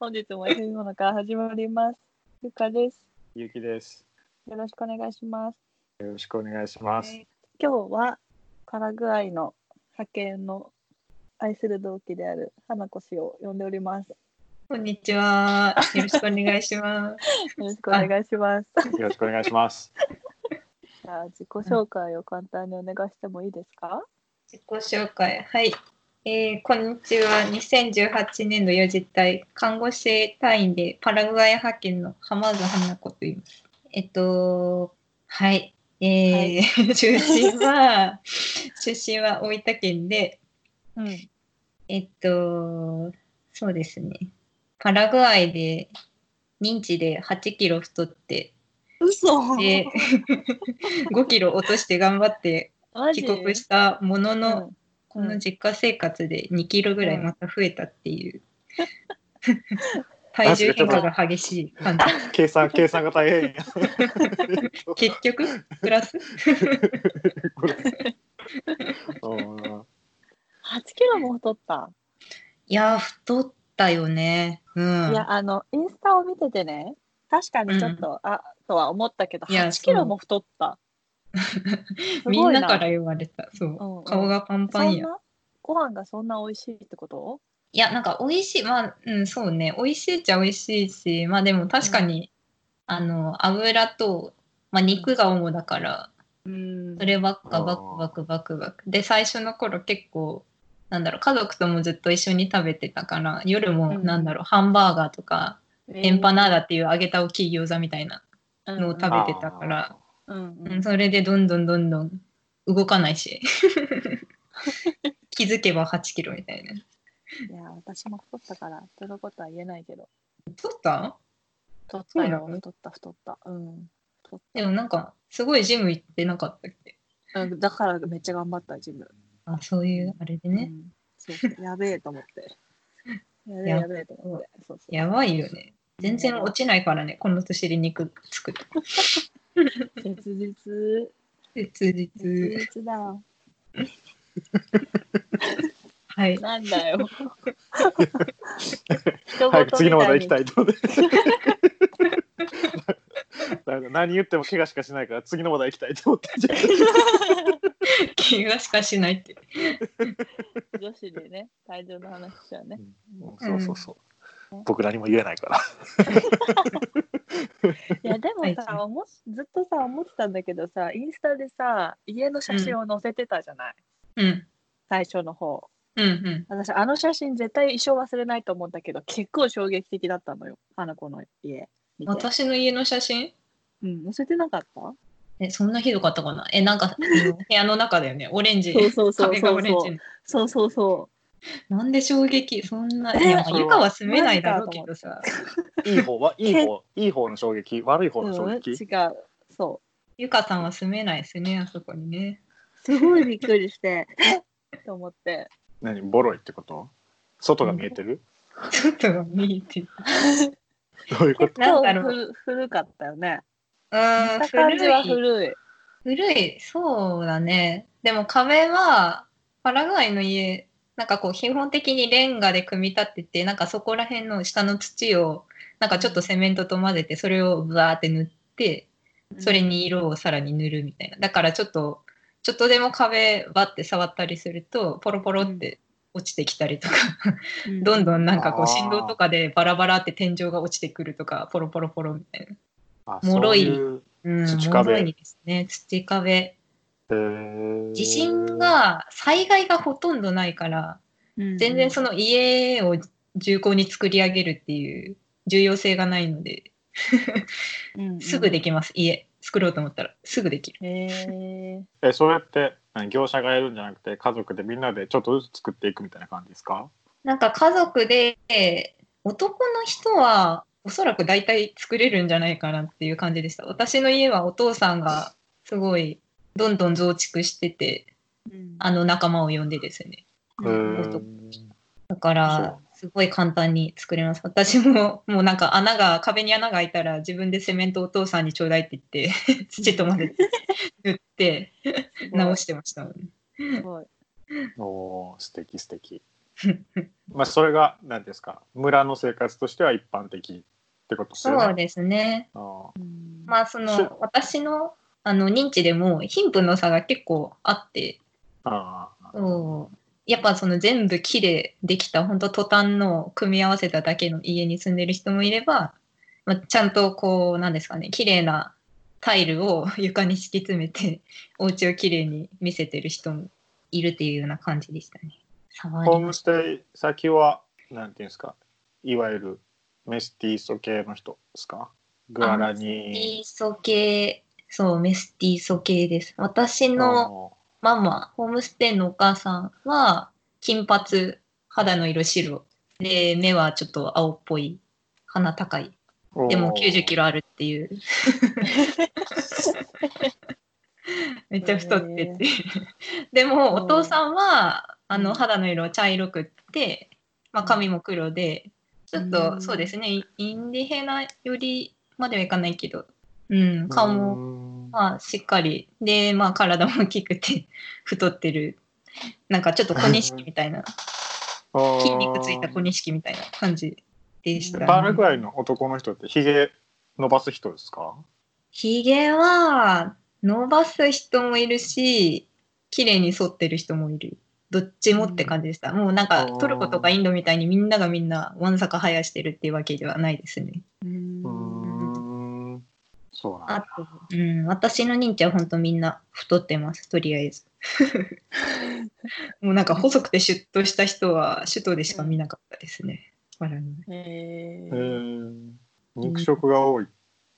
本日も休みものから始まります。ゆかです。ゆうきです。よろしくお願いします。よろしくお願いします。えー今日はパラグアイの派遣の愛する同期である花子氏を呼んでおります。よこんにちは。よろしくお願いします。ろしくお願いします。よろしくお願いします。じ ゃあ自己紹介を簡単にお願いしてもいいですか？自己紹介。はい。えーこんにちは。2018年度4次隊看護師隊員でパラグアイ派遣の浜津花子と言います。えっと、はい。えー 出身は、出身は大分県で、うん。えっと、そうですね。パラグアイで認知で8キロ太って、嘘。で、5キロ落として頑張ってマジ帰国したものの、うんこの実家生活で2キロぐらいまた増えたっていう、 体重変化が激しい感じ計 算、計算が大変や。結局プラスこれうん8キロも太った。いやー太ったよねうんいやあのインスタを見ててね確かにちょっと、あとは思ったけどいや8キロも太 ったすごいみんなから言われたそう、うんうん顔がパンパそンんやなご飯がそんな美味しいってこといやなんか美味しいまあうんそうね美味しいっちゃ美味しいしまあでも確かに、あの油と、まあ、肉が主だから、うんそればっかバクバクバクバク。で最初の頃結構なんだろう家族ともずっと一緒に食べてたから夜もうんなんだろう、ハンバーガーとか、エンパナーダっていう揚げた大きい餃子みたいな、のを食べてたから。うんうんそれでどんどんどんどん動かな いし気づけば8キロみたいな。いや私も太ったからそのことは言えないけど太った太ったそうなよの太った太ったうん太っでもなんかすごいジム行ってなかったっけたうんだからめっちゃ頑張った自分あそういうあれでね、うんそうやべえと思ってやべえややべえと思ってそうそうやばいよね全然落ちないからねこの年で肉つく切実切実切実だはいなんだ よ。早く次の話題行きたい。い と思って。だから何言っても怪我しかしないから次の話題行きたいと思って怪我しかしないって。女子でね、体重の話じゃね。そうそうそう僕何も言えないからいや、でもはいさ、おもしずっとさ、思ってたんだけどさ、インスタでさ、家の写真を載せてたじゃない、うん。最初の方。うん私、あの写真絶対一生忘れないと思うんだけど、結構衝撃的だったのよ、花子の家う見ん。て。私の家の写真うん、載せてなかったえ、そんなひどかったかな え、なんか、あの部屋の中だよね。オレンジ。そうそうそうそう壁がオレンジの。そうそうそなんで衝撃そんな。えいや、まあそれはゆかは住めないだろうけどさ。いい 方はいい方いい方の衝撃悪い方う。の衝うん、違う撃。そう。ゆかさんは住めないですね、あそこにね。 すごいびっくりして、えっと思って。何ボロいってこと外が見えてるちょっと見えてる。どういうことなんだろう。う。古かったよね。うーん、見た感じは古い。古い。古い、そうだね。でも壁は、パラグアイの家、なんかこう、基本的にレンガで組み立てて、なんかそこら辺の下の土を、なんかちょっとセメントと混ぜて、それをブワーって塗って、それに色をさらに塗るみたいな。だからちょっと、ちょっとでも壁バって触ったりすると、ポロポロって落ちてきたりとか、うどんん。どんなんかあこうー振動とかでバラバラって天井が落ちてくるとか、ポロポロポロみたいな。あ脆いそうううん、土壁物にですね、土壁。へー地震が災害がほとんどないから全然その。の家を重厚に作り上げるっていう重要性がないのですぐできます、家作ろうと思ったらすぐできるきる。へえそれって何業者がやるんじゃなくて家族でみんなでちょっとずつ作っていくみたいな感じですかなんか家族で男の人はおそらく大体作れるんじゃないかなっていう感じでした私の家はお父さんがすごいどんどん増築しててーあの仲間を呼んでですねへー男だから、すごい簡単に作れます。私も、もうなんか穴が、壁に穴が開いたら、自分でセメントお父さんにちょうだいって言って、土とまで塗って、直してましたもんね。すごい。おー素敵素敵まあ、それが何ですか村の生活としては一般的ってことですよね。そうですね。あうんまあそそうの私のあの認知でも貧富の差が結構あって、ーあーそうやっぱその全部木でできた本当トタンの組み合わせただけの家に住んでる人もいれば、まあ、ちゃんとこうなんですかね綺麗なタイルを床に敷き詰めて お家を綺麗に見せてる人もいるっていうような感じでしたね。触ホーりムましステイ先は何ていうんですかいわゆるメスティーソ系の人ですかグアラメスティニーソ系そうメスティーソ系です。私ーのママ、ホームステイのお母さんは、金髪、肌の色白。で、目はちょっと青っぽい。鼻高い。でも90キロロあるっ ていう。めっちゃ太ってて。でも、お父さんは、あうんの、肌の色は茶色くって、まあ、髪も黒で、ちょっと、うんそうですね、イインディヘナよりまではいかないけど、うん、顔ももまあ、しっかり。で、まあ、体も大きくて、 太ってる。なんかちょっと小錦み たいな、筋肉ついた小錦みたいな感じでした、パラグアイ。イの男の人ってひげ伸ばす人ですかひげは、伸ばす人もいるし、綺麗に剃ってる人もいる。どっちもって感じでした。もうなんかあー、トルコとかインドみたいにみんながみんな、わんさか生やしてるっていうわけではないですね。うんうーんそうなんあだと、うん、私の認知は本当みんな太ってます、とりあえず。もうなんか細くてシュッとした人は首都でしか見なかったですね。笑うえへーー肉食が多いっ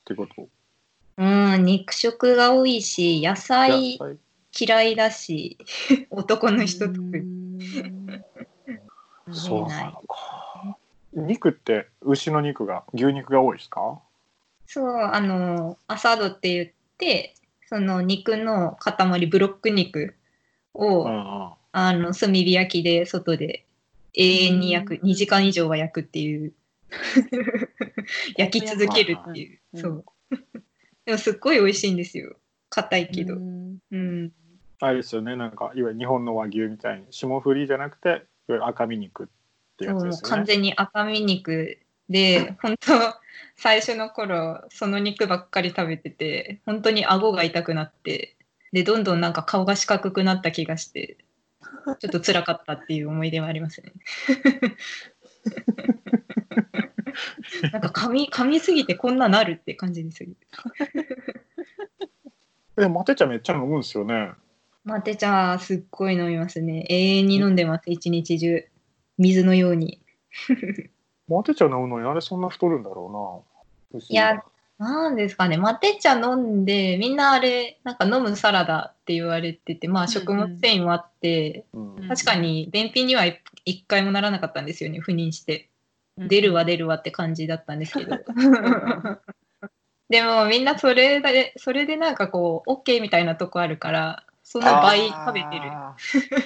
てことうん、肉食が多いし、野菜野菜嫌いだし、男の人特に。そうなないのか肉って牛の肉が牛肉が多いですかそう、あの、アサードって言って、その肉の塊、ブロック肉を、うんあの、炭火焼きで外で永遠に焼く、2時間以上は焼くっていう、 焼き続けるっていうう、んそう。でもすっごい美味しいんですよ。硬いけど。うんうん。あれですよねなんかいわゆる日本の和牛みたいに霜降りじゃなくていわゆる赤身肉ってそやう、つもでうすよ完ね。全に赤身肉で、本当最初の頃、その肉ばっかり食べてて、本当に顎が痛くなって、で、どんどんなんか顔が四角くなった気がして、ちょっと辛かったっていう思い出はありま すね。なんか噛み噛みすぎてこんななるって感じですよ。えマテ茶めっちゃ飲むんですよね。マテ茶すっごい飲みますね。永遠に飲んでます、一日中。水のように。マテ茶飲むのにあれそんな太るんだろうな。いやなんですかね、マテ茶飲んで、みんなあれ、なんか飲むサラダって言われてて、まあ食物繊維もあって、うん、うん確かに便秘には一一回もならなかったんですよね、不妊して。出るわ出るわって感じだったんです けど。 でもみんなそれで、それでなんかこう、OK みたいなとこあるから、そんな倍食べてる。あ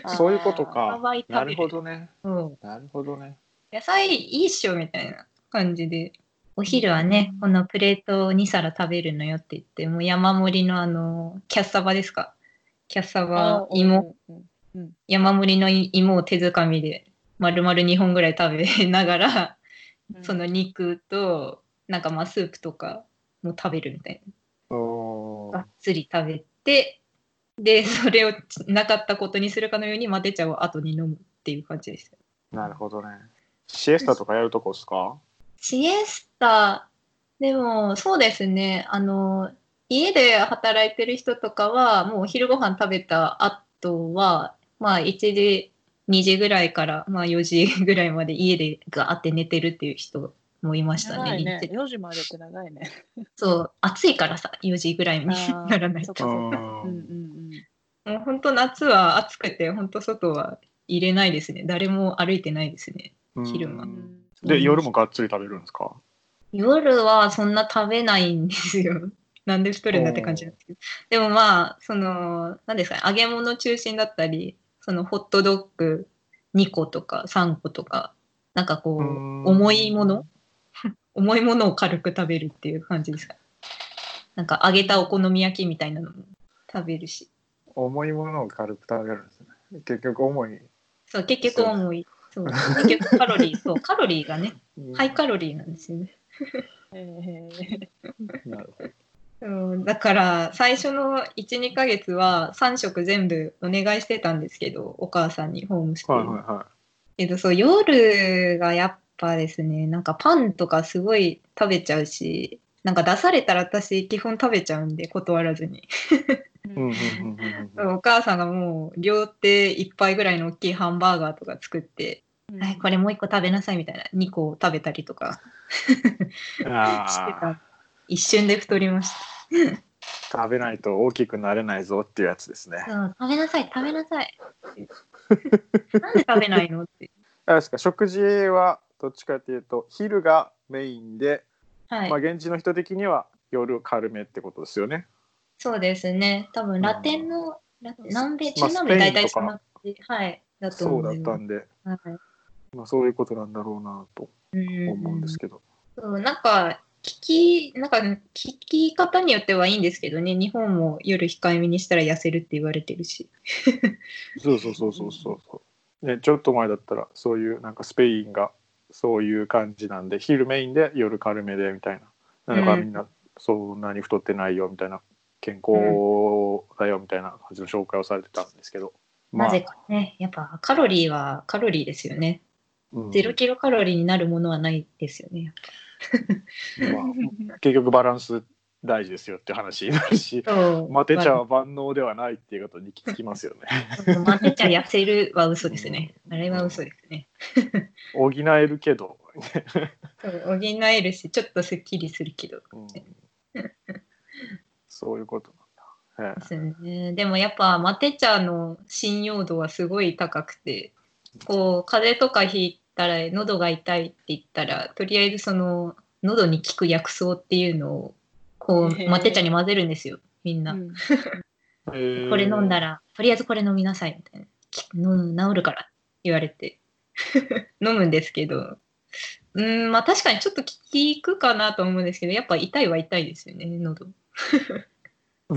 ーそういうことかあ。倍食べるなるほどね。うんなるほどね。野菜いいっしょみたいな感じで。お昼はね、このプレートを2皿食べるのよって言って、もう山盛りのあの、キャッサバですかキャッサバ、芋、うん山盛りの芋を手づかみで、丸々2本ぐらい食べながら、うんその肉と、なんかまあスープとかも食べるみたいおな。がーっつり食べて、で、それをなかったことにするかのように、マテ茶を後に飲むっていう感じでした。なるほどね。シエスタとかやるとこですかシエスタ、でもそうですね、あの、家で働いてる人とかは、もうお昼ご飯食べた後は、まあ1時、2時ぐらいから、まあ4時ぐらいまで家でガーって寝てるっていう人もいました長ね。いね日中4時までって長いね。そう、暑いからさ、4時ぐらいにあーならないそっと。かそっか。あーうんうんうん。もう本当夏は暑くて、本当外は入れないですね。誰も歩いてないですね。昼間ううんんで夜もがっつり食べるんですか夜はそんな食べないんですよ。 なんで太るんだって感じなんですけど。でもまあ、その、なんですかね、揚げ物中心だったり、そのホットドッグ2個とか3個とか、なんかこう、うん重いもの 重いものを軽く食べるっていう感じですか。なんか揚げたお好み焼きみたいなのも食べるし。重いものを軽く食べるんですね。結局重い。そう、結局重い。そう。だけどカロリー、そう、カロリーがね、うんハイカロリーなんですよね。えーなるほど。うん、だから、最初の1、2ヶ月は3食全部お願いしてたんですけど、お母さんにホームステイ。はいはいはけど、そう、夜がやっぱですね、なんかパンとかすごい食べちゃうし、なんか出されたら私基本食べちゃうんで断らずに。い。うんうんうんうんお母さんがもう両手いっぱいぐらいの大きいハンバーガーとか作って、はい、これもう一個食べなさいみたいな、2個食べたりとかうん。してああた。一瞬で太りました。食べないと大きくなれないぞっていうやつですね。そう食べなさい、食べなさい。 なんで食べないのって。あれですか食事はどっちかというと昼がメインで、はいまあ、、現地の人的には夜軽めってことですよね。そうですね。多分ラテンの、ラテン南米、まあ中南米大体スペそイんンなと感じ、はい、だとそ思うだうったんで、はいまあ、そういうことなんだろうなとうん思うんですけど。そうなんか聞き、なんか聞き方によってはいいんですけどね、日本も夜控えめにしたら痩せるって言われてるし。そうそうそうそうそうそう、ね。ちょっと前だったらそういうなんかスペインがそういう感じなんで昼メインで夜軽めでみたいな。なんかうんみんなそんなに太ってないよみたいな健康だよみたいな感じの紹介をされてたんですけど。なぜかね、やっぱカロリーはカロリーですよね。うんゼロキロカロリーになるものはないですよね。まあ結局バランス大事ですよって話になる しそうマテ茶は万能ではないっていうことに聞きますよ ねマテ茶痩せるは嘘です ね。あれは嘘ですね。補えるけど、そう補えるし、ちょっとすっきりするけど。 うんそういうことなんだ、ですね。でもやっぱマテ茶の信用度はすごい高くて、こう風邪とかひいたら喉が痛いって言ったら、とりあえずその喉に効く薬草っていうのをこへうーマテ茶に混ぜるんですよ、みんな。うんえーこれ飲んだら、とりあえずこれ飲みなさいみたいなき。の治るからって言われて 飲むんですけど、うん、まあ確かにちょっと効くかなと思うんですけど、やっぱ痛いは痛いですよね、喉。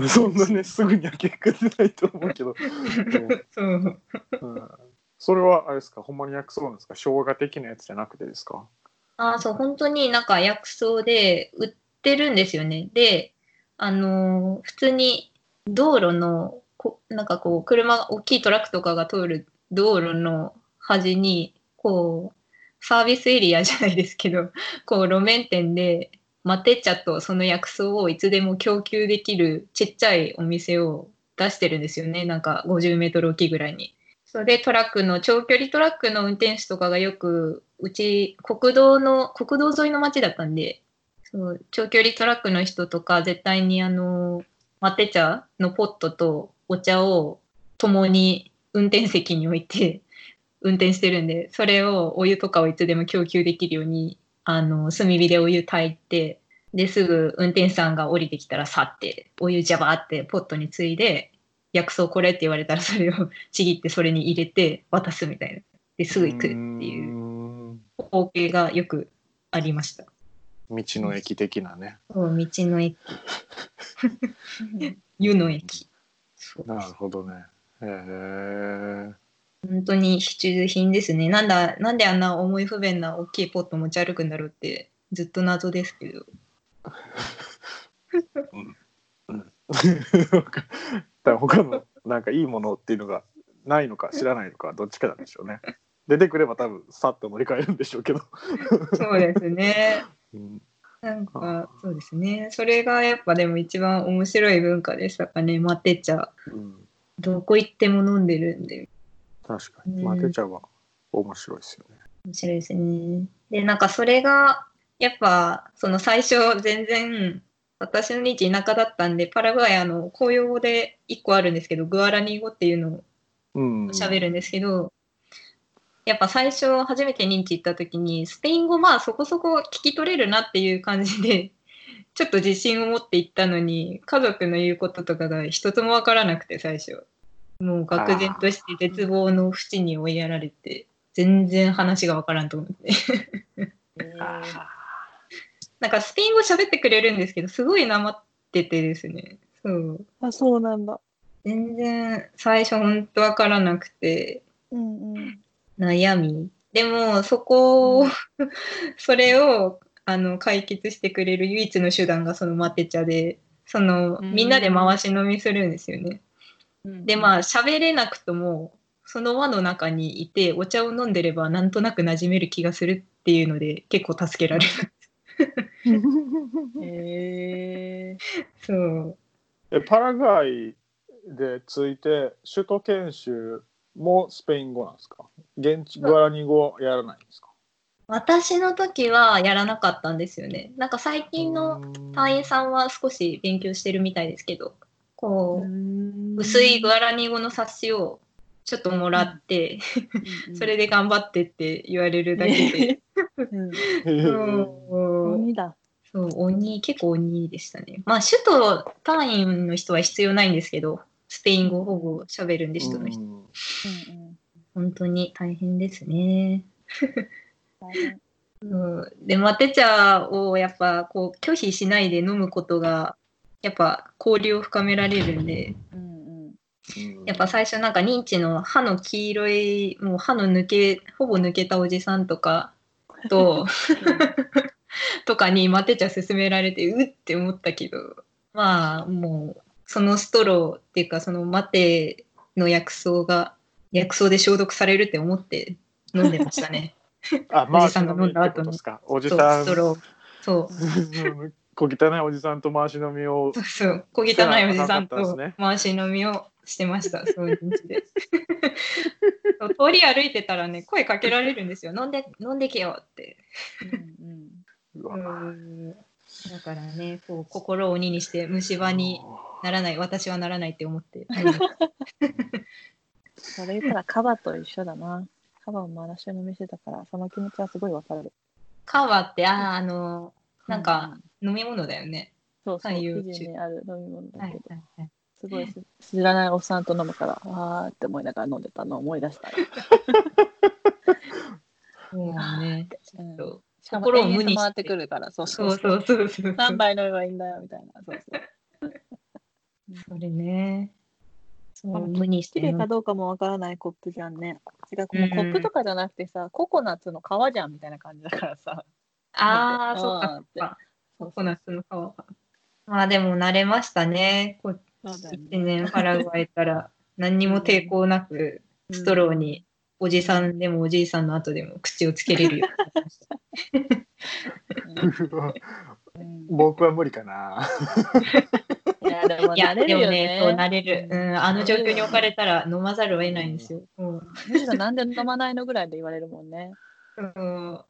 そんなねすぐには結果出ないと思うけど、 そう。うんそれはあれですかほんまに薬草なんですか生姜的なやつじゃなくてですかああ、そう、本当になんか薬草で売ってるんですよね。で、あのー普通に道路の、こなんかこう、車、大きいトラックとかが通る道路の端に、こう、サービスエリアじゃないですけど、こう、路面店で、マテ茶とその薬草をいつでも供給できるちっちゃいお店を出してるんですよね。なんか50メートルおきぐらいに。それでトラックの長距離トラックの運転手とかがよくうち国道の国道沿いの町だったんでそう長距離トラックの人とか絶対にあのマテ茶のポットとお茶を共に運転席に置いて 運転してるんでそれをお湯とかをいつでも供給できるようにあの炭火でお湯炊いてですぐ運転手さんが降りてきたら去ってお湯ジャバーってポットについで薬草これって言われたら それをちぎってそれに入れて渡すみたいな。ですぐ行くっていうう光景がよくありました。ーん道の駅的なねそう道の駅、湯の駅。そうなるほどねへえー、 本当に必需品ですね。なんだ、なんであんな重い不便な大きいポット持ち歩くんだろうって、ずっと謎ですけど。なんかだから他のなんかいいものっていうのがないのか知らないのかどっちかなんでしょうね出てくれば多分さっと乗り換えるんでしょうけど、そうですね。うん、 なんかあ、そうですね。それがやっぱでも一番面白い文化でしたかね。マテ茶。うんどこ行っても飲んでるんで。確かうにんまあてちゃんは面白いですよね面白いですね。で、なんかそれが、やっぱ、その最初、全然、私の日田舎だったんで、パラグアイ、あの、公用語で一個あるんですけど、グアラニー語っていうのをうん喋るんですけど、やっぱ最初、初めて認知行った時に、スペイン語、まあそこそこ聞き取れるなっていう感じで、 ちょっと自信を持って行ったのに、家族の言うこととかが一つもわからなくて、最初。もう愕然として絶望の淵に追いやられて、全然話がわからんと思って。 あなんかスペイン語喋ってくれるんですけど、すごいなまっててですね。そう。あ、そうなんだ。全然最初ほんとわからなくて、うんうん。悩み、でも、そこを、うん それを、あの、解決してくれる唯一の手段がそのマテ茶で、その、うんみんなで回し飲みするんですよね。で、まあ、喋れなくとも、その輪の中にいて、お茶を飲んでれば、なんとなく馴染める気がするっていうので、結構助けられる。 へえそう。えパラグアイでついて首都研修もスペイン語なんですか現地グアラニ語やらないんですか私の時はやらなかったんですよね。なんか最近の隊員さんは少し勉強してるみたいですけど、こう、薄いグアラニ語の冊子をちょっともらって、それで、で頑張ってって言われるだけで。うん、そう鬼だ。そう、鬼、結構鬼でしたね。まあ、首都単位の人は必要ないんですけど、スペイン語ほぼ喋るんで、首都の人。うんうんうん本当に大変ですね。大変うんでマテ茶をやっぱこう拒否しないで飲むことがやっぱ交流を深められるんでうんうんうんやっぱ最初なんか認知の歯の黄色いもう歯の抜けほぼ抜けたおじさんとかととかにマテ茶勧められてうって思ったけどまあもうそのストローっていうかそのマテの薬草が薬草で消毒されるって思って飲んでましたね。あマーおじシさんが飲飲みんだってこ後にとですかおじそうさストローそううん 小汚いおじさんと回し飲みをそうそう、小汚いおじさん知らなかったんとですね回し飲みをしてました、そういう日で。そう通り歩いてたらね、声かけられるんですよ、飲んで、飲んでけよって。うんうんうわだからね、こう心を鬼にして虫歯にならない、私はならないって思って。それ言ったらカバと一緒だな。カバも私も見せたから、その気持ちはすごいわかる。カワって、ああ、あの、なんか、飲み物だよね。そうそう、はフい言うィジーにある飲み物だはいけど、はいはい。すごいす知らないおっさんと飲むから、わーって思いながら飲んでたのを思い出した。そうだね。うんそうしかも心を無延々にしてと回ってくるから、そうそそううそう。そうそうそう。何杯飲めばいいんだよみたいな。そうそう。それね。そあう、無にし綺て麗飲むかどうかもわからないコップじゃんね。違う、このコップとかじゃなくてさ、ココナッツの皮じゃんみたいな感じだからさ。ああ、うんそうか、そうか。そうココナッツの皮が。まあでも慣れましたね。こっそうだよね1年パラグアイから何にも抵抗なくストローにおじさんでもおじいさんの後でも口をつけれるようになりました。うわうん 僕は無理かないや、でも いや、慣れでるもよね、そうね。慣れる。うん、あの状況に置かれたら飲まざるを得ないんですよ。うんむしろなんで飲まないのぐらいで言われるもんね。うん、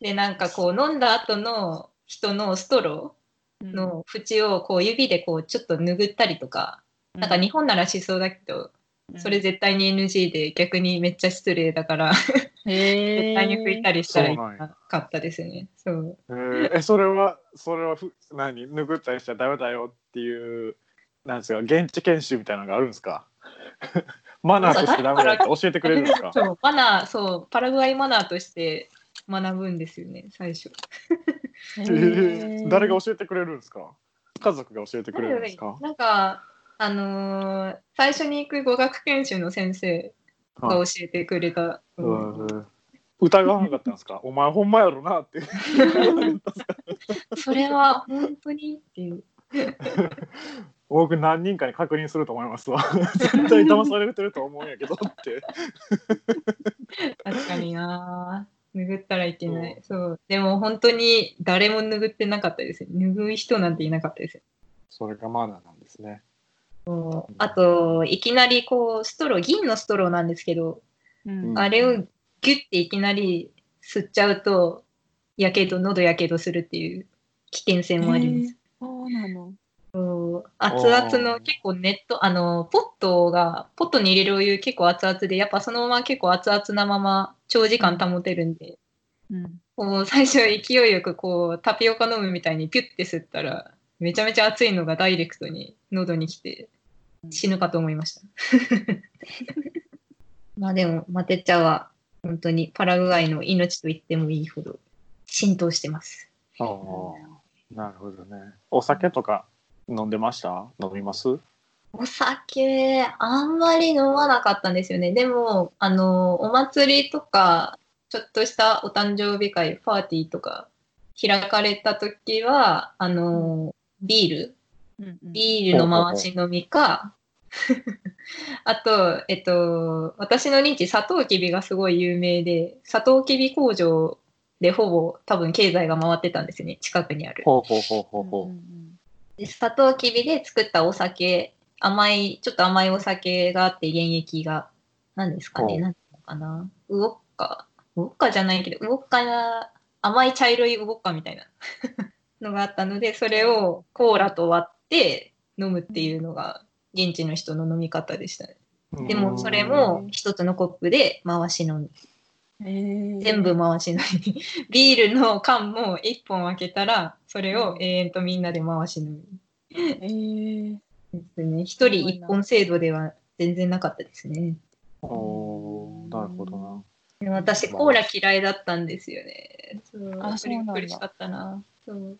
で、なんかこう飲んだ後の人のストローの縁をこう指でこうちょっと拭ったりとか、う、なんか日本ならしそうだけど、それ絶対に NG で逆にめっちゃ失礼だから。絶絶対に拭いたりしたらいそうなんやかかったですね。そう。えーえそれはそれはふ何拭ったりしちゃダメだよっていうなんですか現地研修みたいなのがあるんですか マナーとしてダメだよって教えてくれるんですかそうマナー、そう、パラグアイマナーとして学ぶんですよね、最初。ええ ー誰が教えてくれるんですか家族が教えてくれるんですかなんか、あのー最初に行く語学研修の先生が教えてくれた。うんうん疑わなかったんですかお前ほんまやろなってそれは本当にっていう。僕何人かに確認すると思いますわ 絶対騙されてると思うんやけどって確かにな拭ったらいけない。そう。でも本当に誰も拭ってなかったです。拭う人なんていなかったです。それがマナーなんですねそうあと、いきなりこう、ストロー、銀のストローなんですけど、うんあれをギュッていきなり吸っちゃうと、やけど、喉やけどするっていう危険性もあります。そうなの。熱々あのー結構ネット、あの、ポットが、ポットに入れるお湯結構熱々で、やっぱそのまま結構熱々なまま長時間保てるんで、うん。こう最初勢いよくこうタピオカ飲むみたいにピュッて吸ったら、めちゃめちゃ熱いのがダイレクトに喉に来て死ぬかと思いました。 まあでも、マテ茶は本当にパラグアイの命と言ってもいいほど浸透してます。ああなるほどねお酒とか飲んでました飲みますお酒、あんまり飲まなかったんですよね。でも、あの、お祭りとか、ちょっとしたお誕生日会、パーティーとか開かれた時は、あのービール、うんうんビールの回し飲みか、 あと、えっと、私の認知、サトウキビがすごい有名で、サトウキビ工場でほぼ多分経済が回ってたんですね、近くにある。ほうほうほうほううほんうんでサトウキビで作ったお酒甘いちょっと甘いお酒があって原液が何ですかねうん何ていうのかなウオッカウオッカじゃないけどウオッカが甘い茶色いウオッカみたいな のがあったのでそれをコーラと割って飲むっていうのが現地の人の飲み方でしたねう。でもそれも一つのコップで回し飲むえー全部回し飲み ビールの缶も1本開けたらそれを永遠とみんなで回し飲みえーですね。一人一本制度では全然なかったですね。うん。おーなるほどな。でも私、コーラ嫌いだったんですよね。そうあそうなんだびっくりしかったな。そう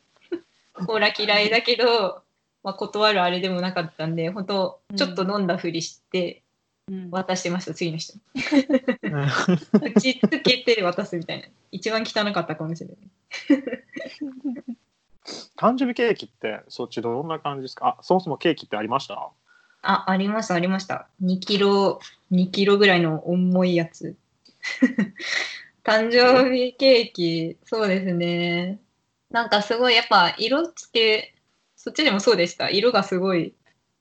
コーラ嫌いだけど、まあ、断るあれでもなかったんで、本当ちょっと飲んだふりしてうん渡してました、次 の人に。打ちつけて渡すみたいな。一番汚かったかもしれない。 誕生日ケーキってそっちどんな感じですかあそもそもケーキってありましたあ、ありました、ありました。2キロ、2キロぐらいの重いやつ。 誕生日ケーキ、そうですね。なんかすごい、やっぱ色つけ、そっちでもそうでした。色がすごい、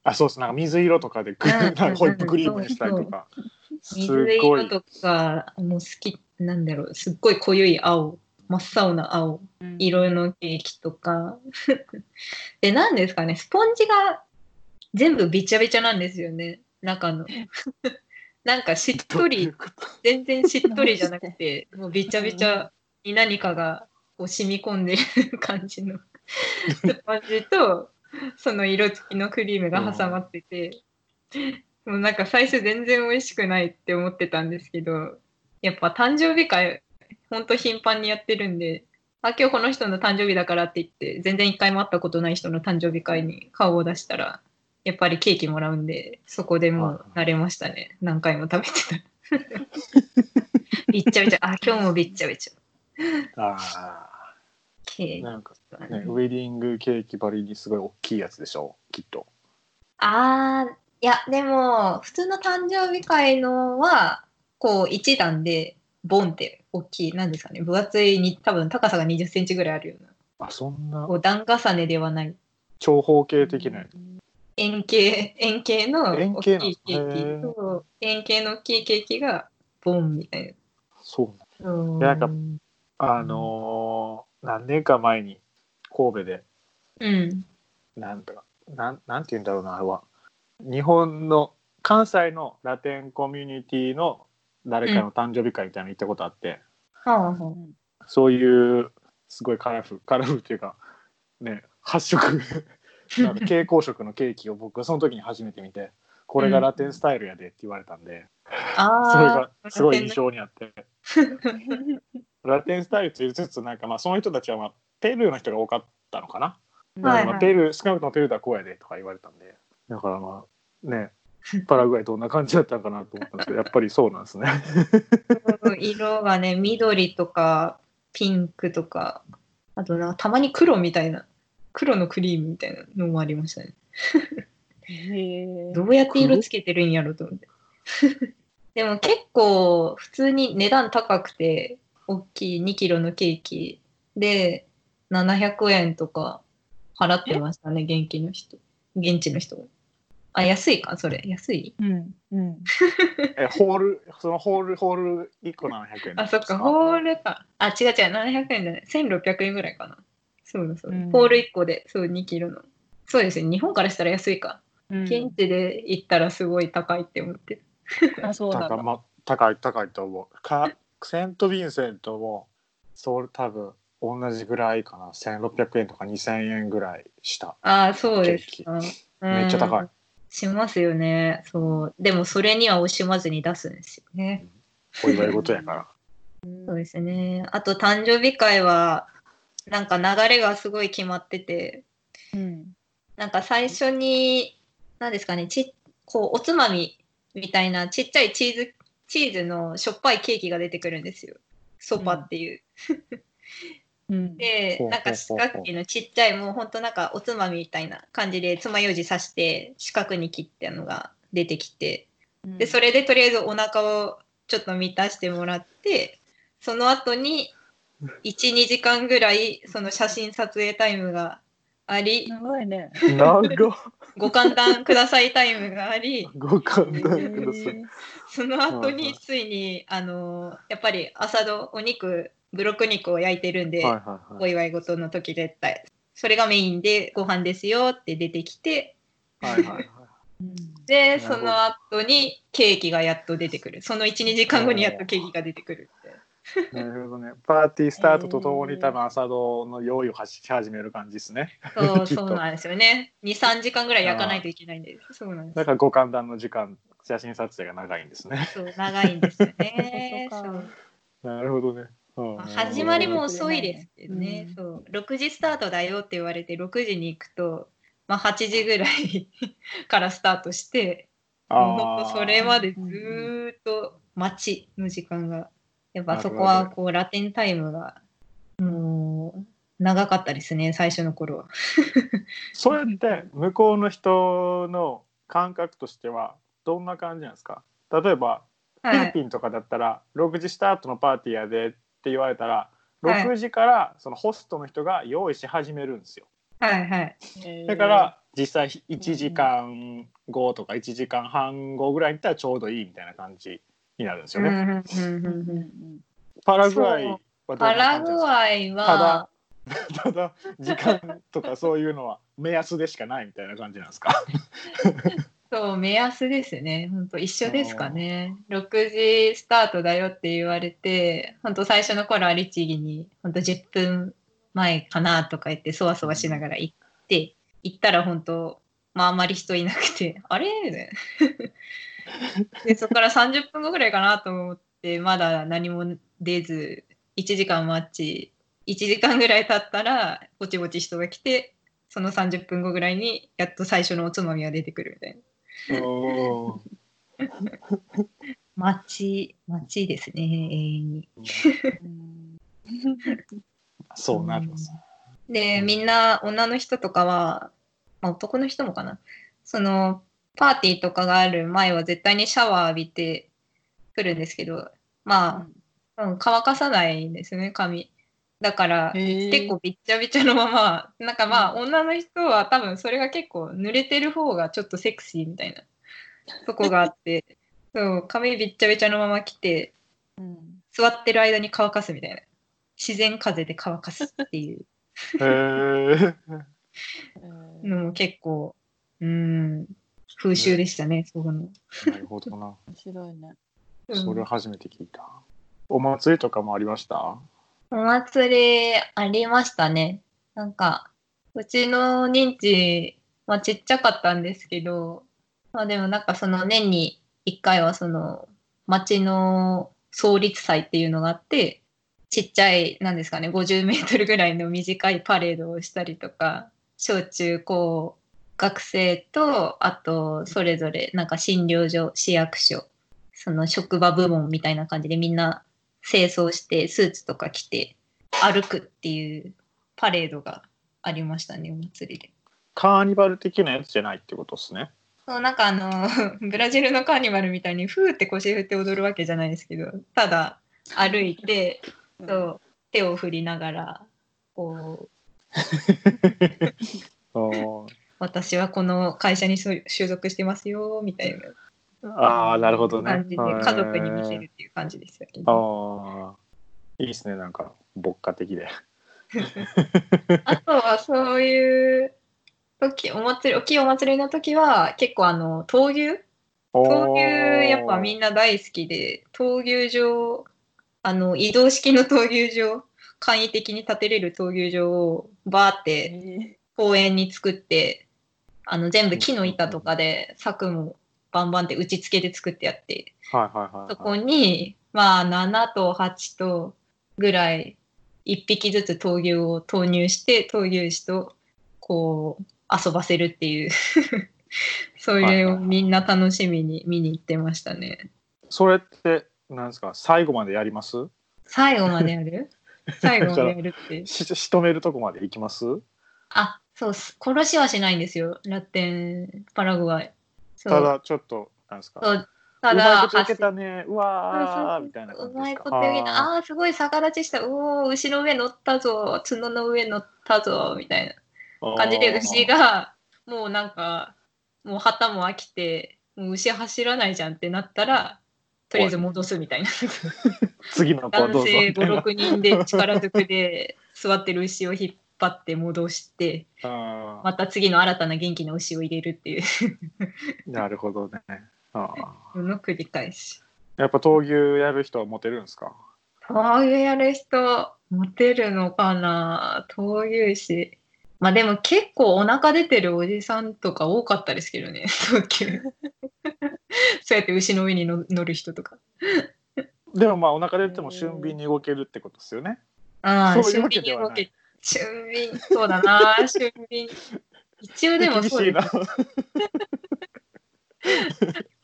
あそうですなんか水色とかでグうんなんかホイップクリームにしたりとかすっ水ご色いとか、もう好き、なんだろう、すっごい濃ゆい青、真っ青な青、色のケーキとか。 で、なんですかね、スポンジが全部びちゃびちゃなんですよね、中の。なんかしっとり全然しっとりじゃなくて、もうびちゃびちゃに何かがこう染み込んでる感じのスポンジと、その色付きのクリームが挟まってて、もうなんか最初全然美味しくないって思ってたんですけど、やっぱ誕生日会、ほんと頻繁にやってるんで、あ、今日この人の誕生日だからって言って、全然一回も会ったことない人の誕生日会に顔を出したら、やっぱりケーキもらうんで、そこでもう慣れましたね。何回も食べてたら。びっちゃびちゃ。あ、今日もびっちゃびちゃ。 あケーーキなんかとかねねウェディングケーキばりにすごい大きいやつでしょきっとあー、いや、でも、普通の誕生日会のは、こう、一段で、ボンって大きい、なんですかね、分厚いに、多分高さが20センチぐらいあるような、あそんなこう、段重ねではない、長方形的なやつ円形、円形の円大き形なんいケーへキーと、円形の大きいケーキが、ボンみたいそうな。うんいやなんかあのー何年か前に神戸でうん。なんとかなんなんて言うんだろうなあれは日本の関西のラテンコミュニティの誰かの誕生日会みたいなの行ったことあって、はあはそういうすごいカラフルカラフルっていうかね発色なんか蛍光色のケーキを僕はその時に初めて見てこれがラテンスタイルやでって言われたんで、あ。それあがすごい印象にあってラテンスタイルって言いつつなんかまあその人たちはまあペルーの人が多かったのかな、はいまあ、ペルー少なくともペルーではこうやでとか言われたんでだからまあ ねパラグアイどんな感じだったのかなと思ったんですけどやっぱりそうなん ですね。うん 色がね緑とかピンクとかあとなんかたまに黒みたいな黒のクリームみたいなのもありましたねへどうやって色つけてるんやろと思って でも結構普通に値段高くて大きい2キロのケーキで700円とか払ってましたね現金の人現地の人があ安いかそれ安いうんうんえホールそのホールホール1個700円あ、そっか、ホホールか。あ、違う違う、700円じゃない。1600円ぐらいかな。そうだそうだ。うんホール1個で、そう、2キロの。そうですね、日本からしたら安いか。うん現地で行ったらすごい高いって思ってる。あそうなんだ高,、ま、高い高いと思うかセント・ヴィンセントもそれ多分同じぐらいかな1600円とか2000円ぐらいしたああ、そうですケか。うんめっちゃ高い。しますよね。そう。でも、それには惜しまずに出すんですよね。お祝い事やから そうですね。あと、誕生日会は、なんか流れがすごい決まってて、うんなんか最初に、何ですかね、ちこうおつまみみたいなちっちゃいチーズ、チーズのしょっぱいケーキが出てくるんですよ。ソパっていう。うんでほうほうほうほうなんか四角形のちっちゃいもうほんとなんかおつまみみたいな感じで爪楊枝刺して四角に切ったのが出てきてでそれ、れでとりあえずお腹をちょっと満たしてもらってその後に12時間ぐらいその写真撮影タイムがあり長いね。長っご勘談くださいタイムがあ りご勘え弁 ください。ーその後はいはにいついにあのやっぱり朝のお肉ブロック肉を焼いてるんで。はいはい おはい。祝い事の時絶対それがメインでご飯ですよって出てきてはいはいはいうんなでるほどその後にケーキがやっと出てくるその12時間後にやっとケーキが出てくるってなるほどね。パーティースタートとともに多分朝堂の用意をし始める感じですね。そうきっそとうなんですよね23時間ぐらい焼かないといけないんですそうなんでだからご歓談の時間、写真撮影が長いんですね。すそう長いんですよね そうかそうなるほどね。うんまあ始まりうも遅いですけどねう、んそう6時スタートだよって言われて6時に行くと、まあ、8時ぐらい からスタートしてもうほんとそれまでずーっと待ちの時間がやっぱそこなるはほどこうラテンタイムがもう長かったですね最初の頃は。それって向こうの人の感覚としてはどんな感じなんですか例えばフィはリ い、ピンとかだったら6時スタートのパーティーやでって言われたらはい6時からそのホストの人が用意し始めるんですよ。はい、はい。だから実際1時間後とか1時間半後ぐらいに行ったらちょうどいいみたいな感じになるんですうよんうね。んうんううんうんんううんんパラグアイはどんなパラ感じなんグですかアイは、ただ 時間とかそういうのは目安でしかないみたいな感じなんですかそう、目安ですね。本当一緒ですかね。6時スタートだよって言われて、本当最初の頃は律儀に、本当10分前かなとか言って、そわそわしながら行って、行ったら本当、まああまり人いなくて、 あれみたいなで、そこから30分後ぐらいかなと思って、まだ何も出ず、1時間待ち、1時間ぐらい経ったら、ぼちぼち人が来て、その30分後ぐらいにやっと最初のおつまみが出てくるみたいな。おー街、街ですね、永遠に。うんそうなります。で、みんな女の人とかは、まあ、男の人もかな。その、パーティーとかがある前は絶対にシャワー浴びてくるんですけど、まあ、うん、乾かさないんですね、髪。だから、結構びっちゃびちゃのまま、なんかまあ、女の人は多分それが結構濡れてる方がちょっとセクシーみたいなとこがあって、そう、髪びっちゃびちゃのまま来て、うん座ってる間に乾かすみたいな自然風で乾かすっていうへーうんのも結構うーん風習でしたね、そこの。なるほどな。面白いね。うんそれ初めて聞いた。お祭りとかもありました。お祭りありましたね。なんか、うちの認知、まあちっちゃかったんですけど、まあでもなんかその年に1回はその町の創立祭っていうのがあって、ちっちゃい、なんですかね、50メートルぐらいの短いパレードをしたりとか、小中高学生と、あとそれぞれなんか診療所、市役所、その職場部門みたいな感じでみんな清掃してスーツとか着て歩くっていうパレードがありましたねお祭りで。カーニバル的なやつじゃないってことですね。そうなんかあの ブラジルのカーニバルみたいにフーって腰振って踊るわけじゃないですけどただ歩いてそう手を振りながらこうおー私はこの会社に所所属してますよみたいなああ、なるほどね。感じではい家族に見せるっていう感じですよね。ああ。いいですね、なんか、牧歌的で。あとはそういう時お祭り大きいお祭りの時は結構あの闘牛闘牛やっぱみんな。な大好きで闘牛場あの移動式の闘牛場簡易的に建てれる闘牛場をバーってえ公園に作ってあの全部木の板とかで柵もバンバンって打ち付けで作ってやってはいはいはい。そこにまあ7と8とぐらい1匹ずつ闘牛を投入して闘牛士とこう遊ばせるっていう それをみんな楽しみに見に行ってましたね。それって、なんですか、最後までやります。最後まで やる最後までやるって。し仕留めるとこまで行きますあ、そうっす。殺しはしないんですよ。ラテン、パラグアイ。そうただちょっとなんですかそううたまいだこと受けたねうわーみたいなう感じまでいすことか言うな。あああー、すごい逆立ちした。おお、牛の上乗ったぞ。角の上乗ったぞ。みたいーな感じで、牛が、もうなんか、もう旗も飽きて、もう牛走らないじゃんってなったら、とりあえず戻すみたいな。次の子は男どうぞ性みたい 5、な6人で力ずくで座ってる牛を引っ張って戻して、あまた次の新たな元気な牛を入れるっていう ーなるほどねあーのを繰り返し。やっぱ闘牛やる人はモテるんですか闘牛やる人、モテるのかな闘牛士。まあでも結構お腹出てるおじさんとか多かったですけどね、 闘牛。そうやって牛の上にの乗る人とか。でもまあお腹出ても俊敏に動けるってことですよねああ、そういう俊わけでは敏に動ないけ。俊敏、そうだな、俊敏。一応でも厳しそういですな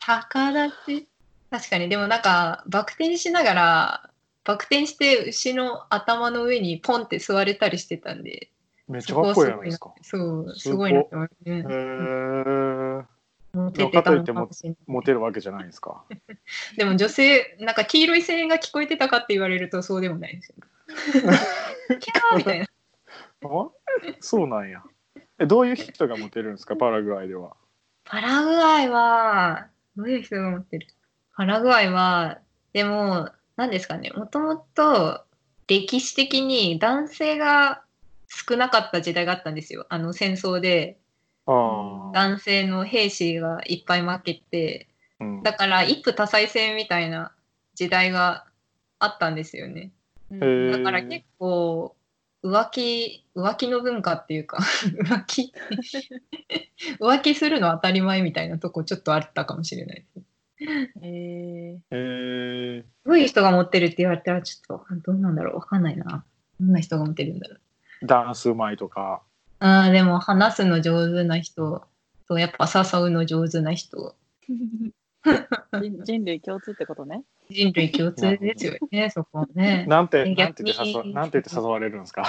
逆立ち確かにでもなんかバク転しながらバク転して牛の頭の上にポンって座れたりしてたんでめっちそゃこかっはこいいすじゃないですかごいなそうすすごいなって思うへねーモテてたのかもしれないモテるわけじゃないんですかでも女性なんか黄色い声援が聞こえてたかって言われるとそうでもないですよ ねキャーみたいなあそうなんや。え、どういう人がモテるんですか、パラグアイでは。パラグアイはどういう人が持ってるパラグアイはでも何ですかねもともと歴史的に男性が少なかった時代があったんですよあの戦争でああ。男性の兵士がいっぱい負けてうんだから一夫多妻制みたいな時代があったんですよねへーだから結構浮気浮気の文化っていうか 浮気浮気するの当たり前みたいなとこちょっとあったかもしれないです。ええー、どういう人が持ってるって言われたらちょっとどうなんだろうわかんないな。どんな人が持ってるんだろう。ダンスうまいとか。ああでも話すの上手な人とやっぱ誘うの上手な人ー人人類共通ってことね。人類共通ですよねそこはね。なんて、えなんて言って逆誘にわ、なんて言って誘われるんですか。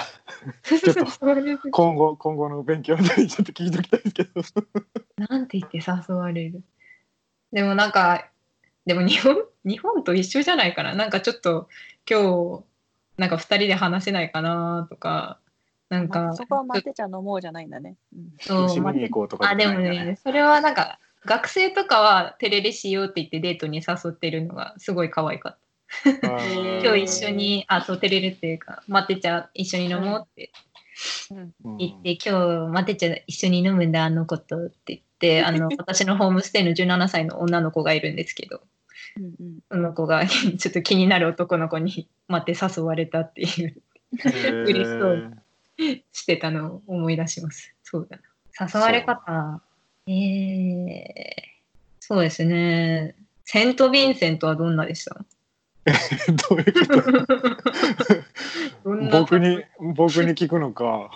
ち ょっと今後、今後の勉強にちょっと聞いておきたいですけど。なんて言って誘われる。でもなんか、でも日本、 日本と一緒じゃないかな。なんかちょっと今日、なんか二人で話せないかなとか、なんまかあ、そこはマテ茶飲もうじゃないんだね。うんそう飯見に行こうとかあ、じでゃないもんだね。ね、それはなんか、学生とかはテレレしようって言ってデートに誘ってるのがすごい可愛かった。あー今日一緒に、あ、そう、テレレっていうか、待ってちゃ一緒に飲もうってうん行って、今日待ってちゃ一緒に飲むんだあの子とって言って、あ の、私のホームステイの17歳の女の子がいるんですけど、うんうんその子がちょっと気になる男の子に待って誘われたっていう嬉しそうしてたのを思い出します。そうだな。誘われ方。ええそうですね。セント・ヴィンセントはどんなでしたえー どういうことどんな僕に僕に聞くのか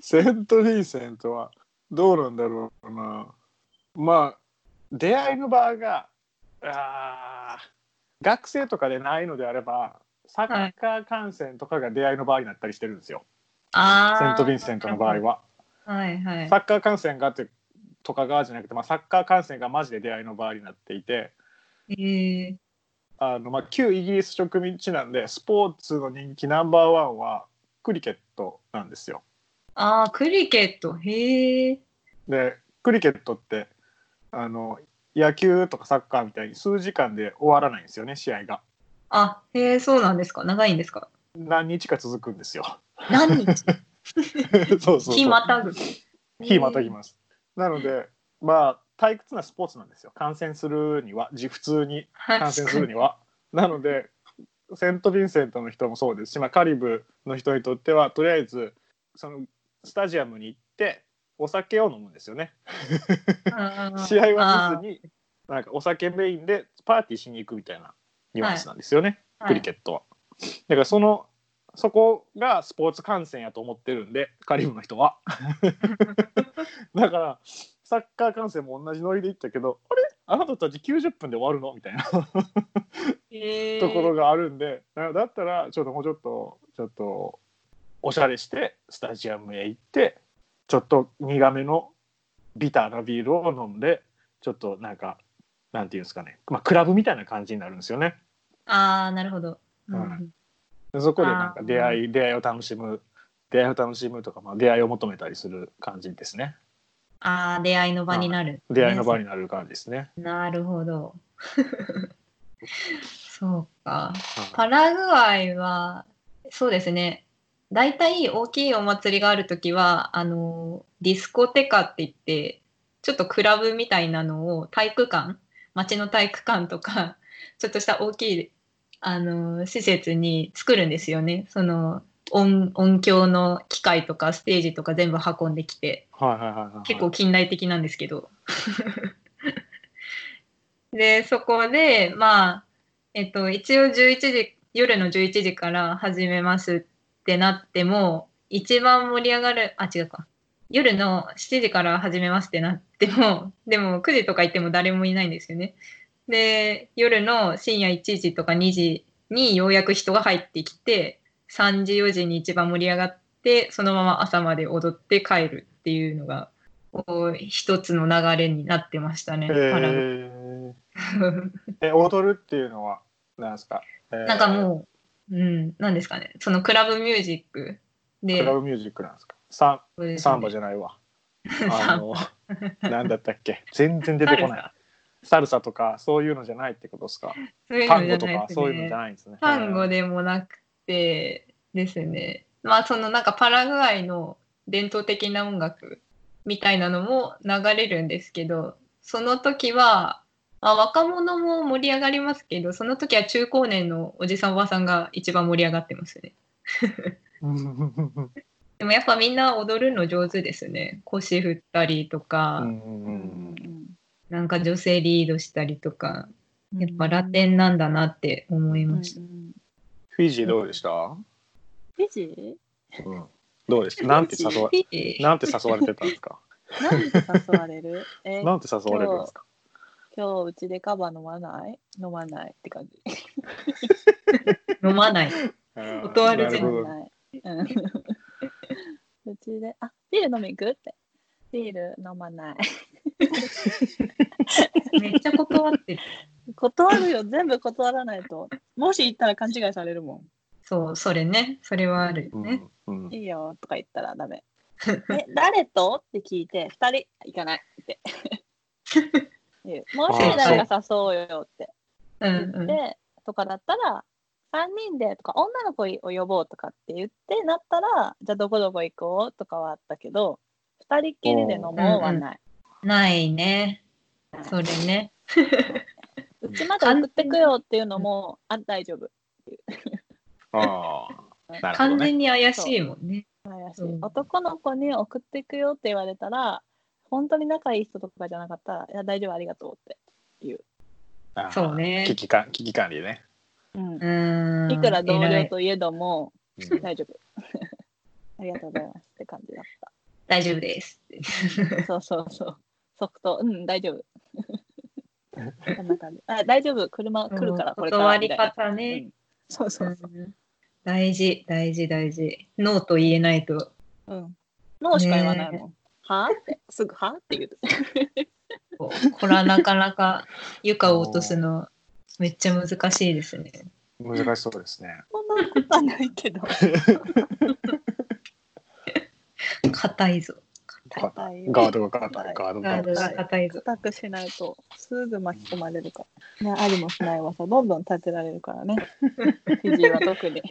セント・ヴィンセントはどうなんだろうなまあ出会いの場があー学生とかでないのであればサッカー観戦とかが出会いの場合になったりしてるんですよ、あセーント・ヴィンセントの場合。は。はいはい。サッカー観戦がってとかがじゃなくて、まあ、サッカー観戦がマジで出会いの場合になっていて。ええあのまあ、旧イギリス植民地なんでスポーツの人気ナンバーワンはクリケットなんですよ。ああ、クリケット。へえ。でクリケットってあの野球とかサッカーみたいに数時間で終わらないんですよね試合が。あ、へえ、そうなんですか。長いんですか。何日か続くんですよ。 何日そうそうそう日またぐ。日またぎます。なのでまあ退屈なスポーツなんですよ観戦するにはじ普通に感染するには。なのでセント・ヴィンセントの人もそうですし、まあ、カリブの人にとってはとりあえずそのスタジアムに行ってお酒を飲むんですよね。試合はせずになんかお酒メインでパーティーしに行くみたいなニュアンスなんですよね、あークリケットは。だからそのそこがスポーツ観戦やと思ってるんでカリブの人 は。だからサッカー観戦も同じノリで行ったけどあれあなたたち90分で終わるのみたいなえーところがあるんで、だだったらちょっともうちょっとちょっとおしゃれしてスタジアムへ行ってちょっと苦めのビターなビールを飲んでちょっとなんかなんていうんですかね、まあ、クラブみたいな感じになるんですよね。ああ、なるほど。うんはいでそこでなんあかー出会い出会いを楽しむ出会いを楽しむとか、まあ、出会いを求めたりする感じですね。ああ、出会いの場になる。出会いの場に。になる感じですね。なるほど。 そうか。はいパラグアイは、そうですね。大体大きいお祭りがあるときは、あの、ディスコテカって言って、ちょっとクラブみたいなのを体育館、町の体育館とか、 ちょっとした大きい、あの、施設に作るんですよね。その、音音響の機械とかステージとか全部運んできて。はいはいはいはい。結構近代的なんですけど。で、そこで、まあ、えっと、一応11時、夜の11時から始めますってなっても、一番盛り上がる、あ、違うか。夜の7時から始めますってなっても、でも9時とか行っても誰もいないんですよね。で、夜の深夜1時とか2時にようやく人が入ってきて、3時4時に一番盛り上がって、そのまま朝まで踊って帰るっていうのが、こう一つの流れになってましたへね。ー え踊るっていうのはなんですか、えーなんかもう、うん、なんですかね、そのクラブミュージックで、クラブミュージックなんですかサそうでンすねサンバじゃない わサあン のなんだったっけ全然出てこサルなサいサルサとかそういうのじゃないってことですかそういう単の語とじゃないかですそういうのねじゃ。ないんですね単語ででもなくてですね、まあそのなんかパラグアイの伝統的な音楽みたいなのも流れるんですけど、その時は、まあ、若者も盛り上がりますけど、その時は中高年のおじさんおばさんが一番盛り上がってますね。でもやっぱみんな踊るの上手ですね。腰振ったりとか、なんか女性リードしたりとか、やっぱラテンなんだなって思いました。うんうんフィジーどうでした、フィジーうん、どうでしたなんて誘 わなんて誘われてたんですかなんて誘われるえなんて誘われるんですか今日うちでカバ飲まない飲まないって感じ。飲まない。うん断るなじゃほんど飲まないうんうちで、あビール飲み行くって。ビール飲まない。めっちゃ断ってる。断るよ、全部断らないと。もし行ったら勘違いされるもそう、それね。それはあるよね。うんうんん。いいよとか言ったらダ メ。え、誰とって聞いて、2人行かないって。 言うもう一人誰か誘おうよって。うん言って、うん。とかだったら3人でとか女の子を呼ぼうとかって言ってなったらじゃあどこどこ行こうとかはあったけど2人っきりで飲もうはない、ないね。はいそれね。うちまで送ってくよっていうのも、あ大丈夫ああなるほど完ね全に怪しいもんね。怪しいうん男の子に送ってくよって言われたら本当に仲いい人とかじゃなかったらいや大丈夫ありがとうって、あー そうね危機管危機管理ね、うーん。いくら同偉僚いといえどもうん大丈夫 ありがとうございますって感じだっ大丈夫です。たそうそうそう即答うん大丈夫こんな感じ。あ、大丈夫。車来るから、うんこれから。断みりたいな方ね。うんそうそうそう。うん大事、大事、大事。ノーと言えないと。うん。ノーしか言わないもん。はぁって、すぐはぁって言う。こうこれはなかなか床を落とすの、めっちゃ難しいですね。難しそうですねそんなことはない けど。硬いぞ。硬い。硬いよガードが硬いガードが硬ガードいが硬いぞ。固くしないと、すぐ巻き込まれるから。ね、ありもしない技、どんどん立てられる からね。フィジーは特 に。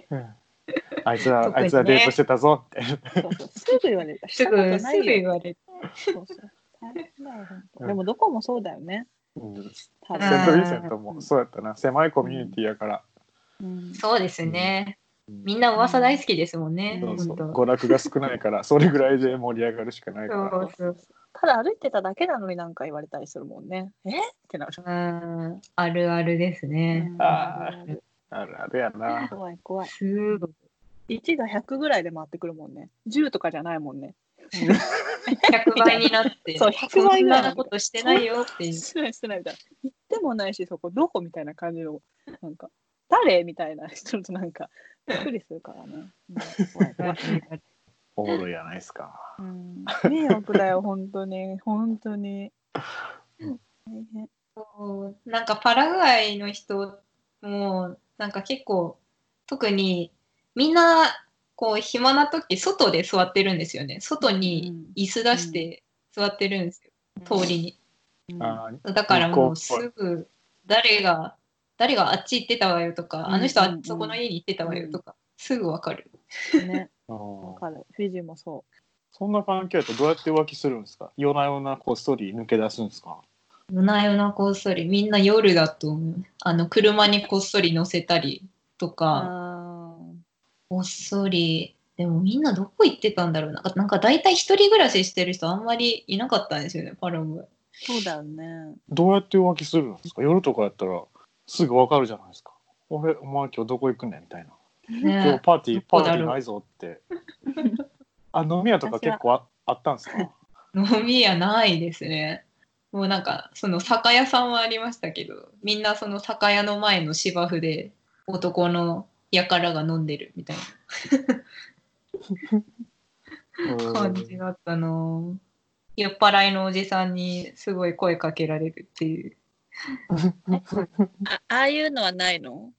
あいつら、特にねあいつらデートしてたぞって。そうそうすぐ言われる。すしたこぐ、とすなぐい言よ。われる。そうそう大変だよ本当でもどこもそうだよね。うん多セントうヴん分ィンセントもそうやったな。狭いコミュニティやから。うんそうですね。うんみんな噂大好きですもんね。そうそう本当娯楽が少ないから、それぐらいで盛り上がるしかないかそら。うそうただ歩いてただけなのになんか言われたりするもんね。えってなる。うんあるあるですね。あーあるあるやな。怖い怖い。すごい。 1が100ぐらいで回ってくるもんね。10とかじゃないもんね。 100倍になっ て、そう100倍ぐらいそんなことしてないよっていう。してないしてないみたいな行ってもないしそこどこみたいな感じのなんか誰みたいなちょっとなんかびっくりするからね、おもろいやないですか。うん、迷惑だよ本当に本当に大変そうなんかパラグアイの人もなんか結構特にみんなこう暇な時外で座ってるんですよね外に椅子出して座ってるんですよ、通りにうんあーだからもうすぐ誰が誰があっち行ってたわよとか、うんあの人あそこの家に行ってたわよとか、すぐわかるねあわーかるフィジーもそそんな環境やとどうやって浮気するんですか夜な夜なこっそり抜け出すんですか夜な夜なこっそりみんな夜だと思うあの車にこっそり乗せたりとうか、あこっそり。でもみんなどこ行ってたんだろうな。なんか大体一人暮らししてる人あんまりいなかったんですよね、パラグアイ。そうだよねどうやって浮気するんですか夜とかやったらすぐわかるじゃないですか。俺、お前今日どこ行くねんみたいな。今日ねパーティー、どパこーテだろうィーないぞって。あ、飲み屋とか結構ああったんですか飲み屋ないですね。もうなんかその酒屋さんはありましたけど、みんなその酒屋の前の芝生で男の輩が飲んでるみたいな感じだったなぁ。酔っ払いのおじさんにすごい声かけられるっていう。あああいうのはないの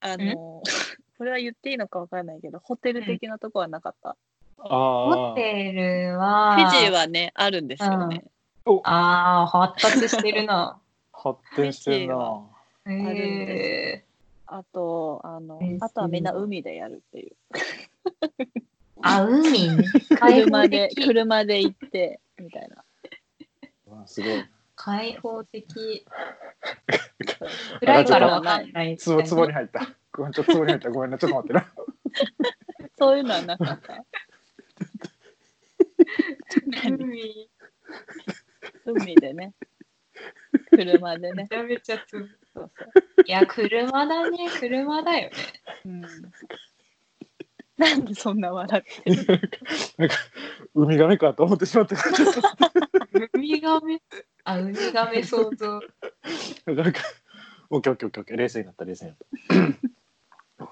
あのこれは言っていいのかわからないけどホテル的なとこはなかった、あホあ。テルは、フィジーはねあるんですよね、ああ、発達してるなぁ。発展してるな。へんえあとあのですあとはみんな海でやるっていうあ、海ね。車で車で行ってみたいなうんすごい。開放的。暗いからわかんない。つぼつぼに入った。ごめん、ちょっとつぼに入った。ごめんな、ちょっと待ってな。 そういうのはなかった海め海でね車でねちゃめちゃつそぼ。うそういや、車だね。車だよね。うんなんでそんな笑ってるなんか、ウミガメかと思ってしまった から、ちょっウミガメ。あ、ウミガメ想と、像。なんか、オッケーオッケーオッケーオッケー、冷静になった、冷静になった。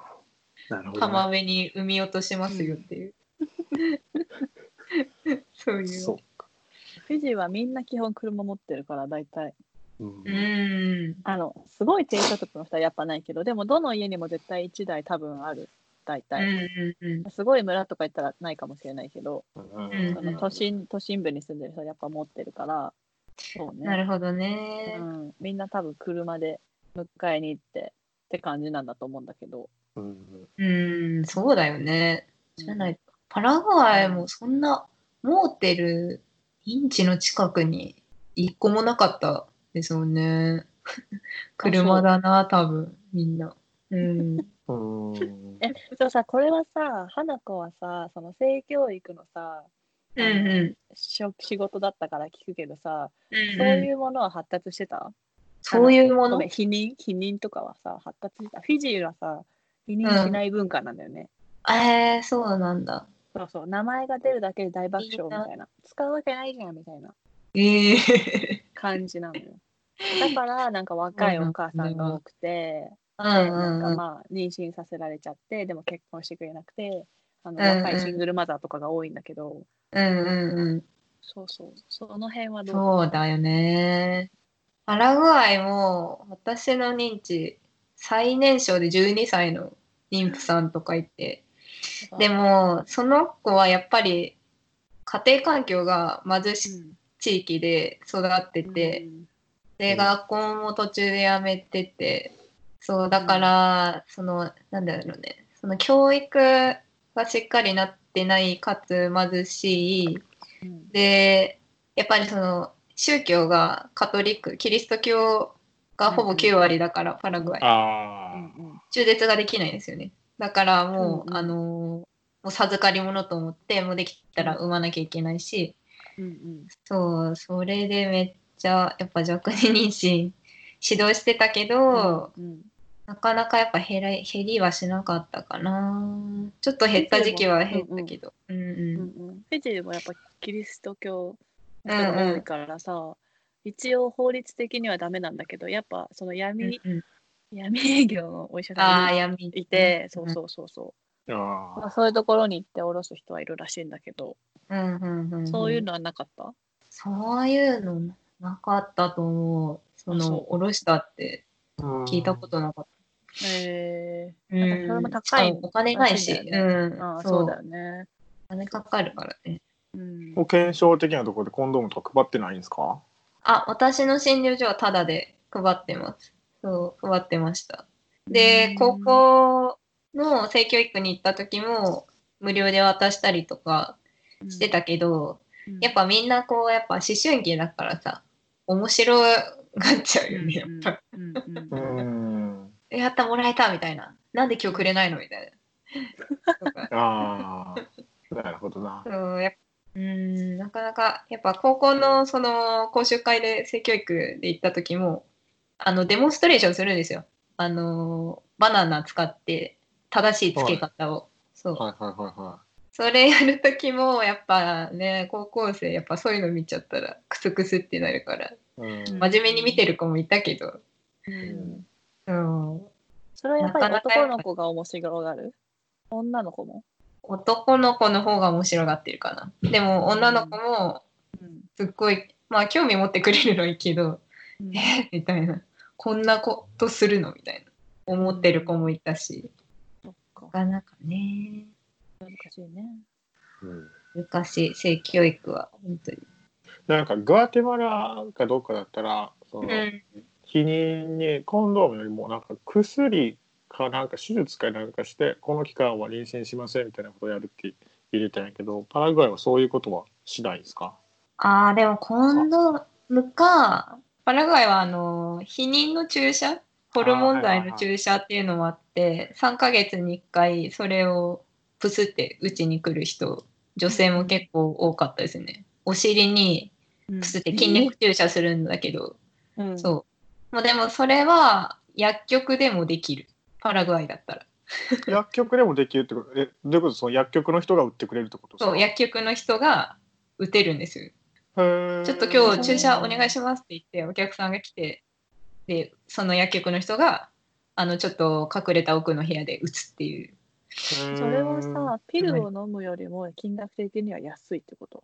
なるほど浜な。辺に産み落としますよっていう。そうい。そううか。フィジーはみんな基本車持ってるから大体うんう。ん。あのすごい低所得の人はやっぱないけどでもどの家にも絶対1台多分ある大うん体、うんうん。すごい村とか行ったらないかもしれないけど、うんその都心都心部に住んでる人はやっぱ持ってるからそうねなるほどねう。ん、みんな多分車で迎えに行ってって感じなんだと思うんだけど、うんうん、そうだよね。じゃないいとパラグアイもそんなモーテルインチの近くに一個もなかったですもん ね。車だな多分みんな。うん。うん。えそうさこれはさ花子はさその性教育のさうんうん。職仕事だったから聞くけどさ、うんそううんいうものは発達してたそういうもごのめん避妊避妊とかはさ発達してたフィジーはさ避妊しない文化なんだよね、えー、そうなんだ。そうそう名前が出るだけで大爆笑みたいな使うわけないじゃんみたいなええ感じ なのよだからなんか若いお母さんが多くて、うでんなんうかんうん。まあ妊娠させられちゃってでも結婚してくれなくてあのうんうん若いシングルマザーとかが多いんだけど、うんうんうん。そうそうその辺はどうそうだよね。パラグアイも私の認知最年少で12歳の妊婦さんとかいて。でもその子はやっぱり家庭環境が貧しい地域で育ってて、で学校も途中で辞めててそうだから、そのなんだろうねその教育がしっかりなってないかつ貧しいうんうんでやっぱりその宗教がカトリックキリスト教がほぼ9割だから、パラグアイあうあ。ん中絶ができないんですよね。だからうもう、んうんあのーもう授かり物と思ってもうできたら産まなきゃいけないし、うんうんそうそれでめっちゃやっぱ若年妊娠指導してたけど、うんうんなかなかやっぱ減ら減りはしなかったかなちょっと減った時期は減ったけど、うんうんうんうんフィジーもやっぱキリスト教の人が多いからさ、一応法律的にはダメなんだけどやっぱその闇、うんうん闇営業のお医者あさあ、ん闇。いて、そうんうそうそうそうあまああ、そういうところに行っておろす人はいるらしいんだけど、うんうんうんんそういうのはなかったそういうのなかったと思う。そあのそおろしたって聞いたことなかっへえた。んうんそれも高いしかもお金ないし、らしいんだうんああそうだよねお金かかるからね。うん保険証的なところでコンドームとか配ってないんですかあ、私の診療所はタダで配ってます。そう、配ってました。で、高校の性教育に行った時も無料で渡したりとかしてたけど、うんやっぱみんなこう、やっぱ思春期だからさ、面白がっちゃうよね、やっぱ。うんうんうんん。やった、もらえたみたいな。なんで今日くれないのみたいな。 とかああ。なるほどな。うん、やっぱうんなかなか、やっぱ高校のその講習会で性教育で行った時も、あの、デモンストレーションするんですよ。あの、バナナ使って正しい付け方を。そう。はいはいはいはそれやる時も、やっぱね、高校生、やっぱそういうの見ちゃったら、クスクスってなるから、い。うんま真面目に見てる子もいたけど、うんうん、それはやっぱりなかなか男の子が面白がる女の子も男の子の方が面白がってるかな。でも、女の子も、うんすっごい、まあ、興味持ってくれるのはいいけど、 えーみたいな。こんなことするのみたいな。思ってる子もいたし。そっかなかなかね。難しいねうん難しい、性教育は、本当に。なんかグアテマラかどっかだったら、その、避妊にコンドームよりもなんか薬かなんか手術かなんかしてこの期間は妊娠しませんみたいなことをやるって入れたんやけどパラグアイはそういうことはしないんですかああ、でも、今度、むか、パラグアイは、あの、避妊の注射ホルモン剤の注射っていうのもあって、3ヶ月に1回、それをプスって打ちに来る人、女性も結構多かったですね。お尻にプスって筋肉注射するんだけど、うんそう。もうでもそれは薬局でもできる。パラグアイだったら。 薬局でもできるってことえどういうことその薬局の人が売ってくれるってことですかそう、薬局の人が打てるんですよ。へーちょっと今日注射お願いしますって言ってお客さんが来て、で、その薬局の人が、あの、ちょっと隠れた奥の部屋で打つっていう。へーそれはさピルを飲むよりも金額的には安いってこと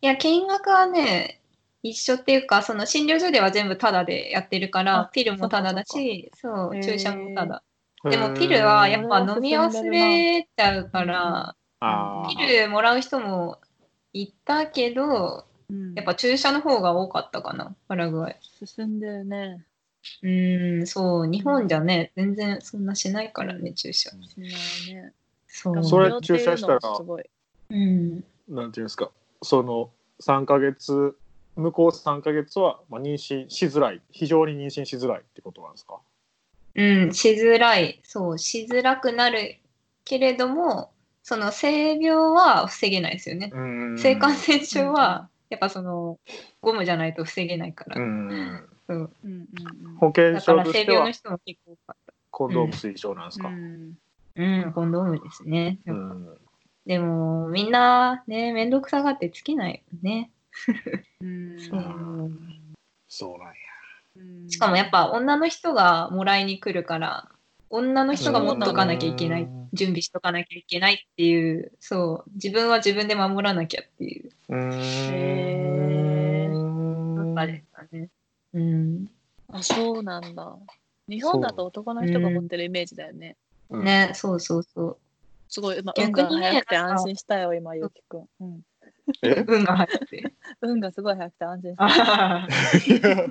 いや、金額はね、一緒っていうか、その診療所では全部タダでやってるかあら、ピルもタダだし、そへう、ー注射もタダ。へーでもピルはやっぱうん飲み忘れちゃうから、あーピルもらう人もいたけど、やっぱ注射の方が多かったかな、パラグアイ。進んでるねうーん、そう、日本じゃね、全然そんなしないからね、注し射。ないねそう。それ注射したらすごいうん。なんていうんですかその3ヶ月向こう3ヶ月は、まあ、妊娠しづらい非常に妊娠しづらいってことなんですかうん、しづらい。そう、しづらくなるけれども、その性病は防げないですよね。性感染症は、やっぱその、ゴムじゃないと防げないかうら。んそううんうん保険だか証らと性して病のは人も結構多かった。コンドーム推奨なんですうか、んうん、コンドームですね。うんでも、みんな、ね、めんどくさがってつけないよね。うんうんそうなんや。うんしかもやっぱ女の人がもらいに来るから、女の人が持っとかなきゃいけなういん、準備しとかなきゃいけないっていう、そう、自分は自分で守らなきゃっていううーんへ文化でしたね。うん。あそうなんだ日本だと男の人が持ってるイメージだよねうんね、そうそうそう。すごい、まあ、運逆がにね早くてなんか安心したよ、今、ゆうきくん。うん。 え運が入って。運がすごい早くて安心した。あいあ、や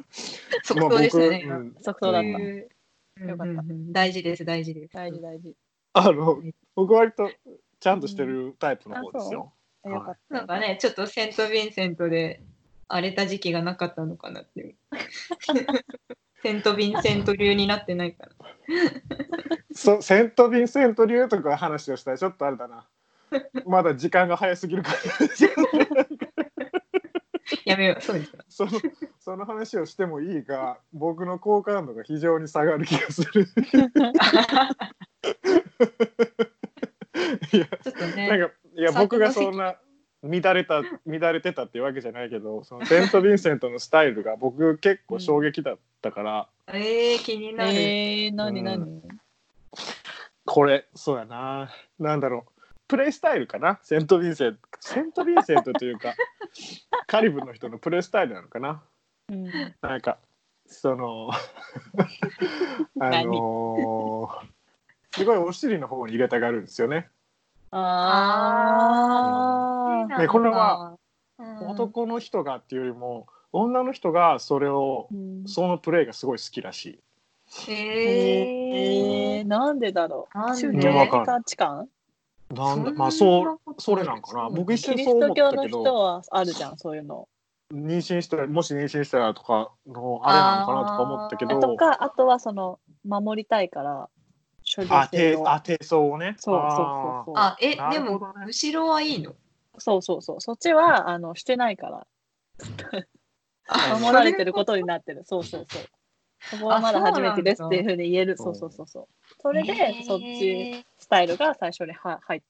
即答でしたね。まあ僕今うん即答だっうんた。うんよかったうんうん大事です、大事です。大事、大事。あの、僕割とちゃんとしてるタイプの方ですよ。あはいよかっなんた。かね、ちょっとセント・ヴィンセントで荒れた時期がなかったのかなって いう。セント・ヴィンセント流になってないから。そセント・ヴィンセント流とか話をしたらちょっとあれだな。まだ時間が早すぎるから。 やめよう、そうですか。そのその話をしてもいいが、僕の好感度が非常に下がる気がする。いや、ちょっとなね、んかいや先の席僕がそんな乱れた乱れてたっていうわけじゃないけどそのセント・ヴィンセントのスタイルが僕結構衝撃だったから、えー、気になる。えー、なになうにこれそうやななんだろうプレイスタイルかなセント・ヴィンセントセント・ヴィンセントとい うかカリブの人のプレイスタイルなのかなうんなんか そのあ何のーすごいお尻の方に入れたがるんですよねあそうなんーだねこれは、うん、男の人がっていうよりも女の人がそれをうんそのプレイがすごい好きらしいええー、ー、なんでだろなう。んで宗うんわ教かん的価値観なんだそんなまあそうことそれなんかなそう僕一キ瞬リそうスト思っ教たのけ人どはあるじゃん、そういうの。妊娠したらもし妊娠したらとかのあれなのかなとか思ったけあどとか、あとはその、守りたいから、処理あ、性低をあ低層をね。そうそうあそうそう。あ、え、なでるほもどね、後ろはいいのそうそうそう。そっちは、あの、してないから、あ守られてることになってる。そうそうそう。そこはまだ初めてですっていうふうに言える。あそそうそううなんだそうそう。それで、そっち。スタイルが最初には入っ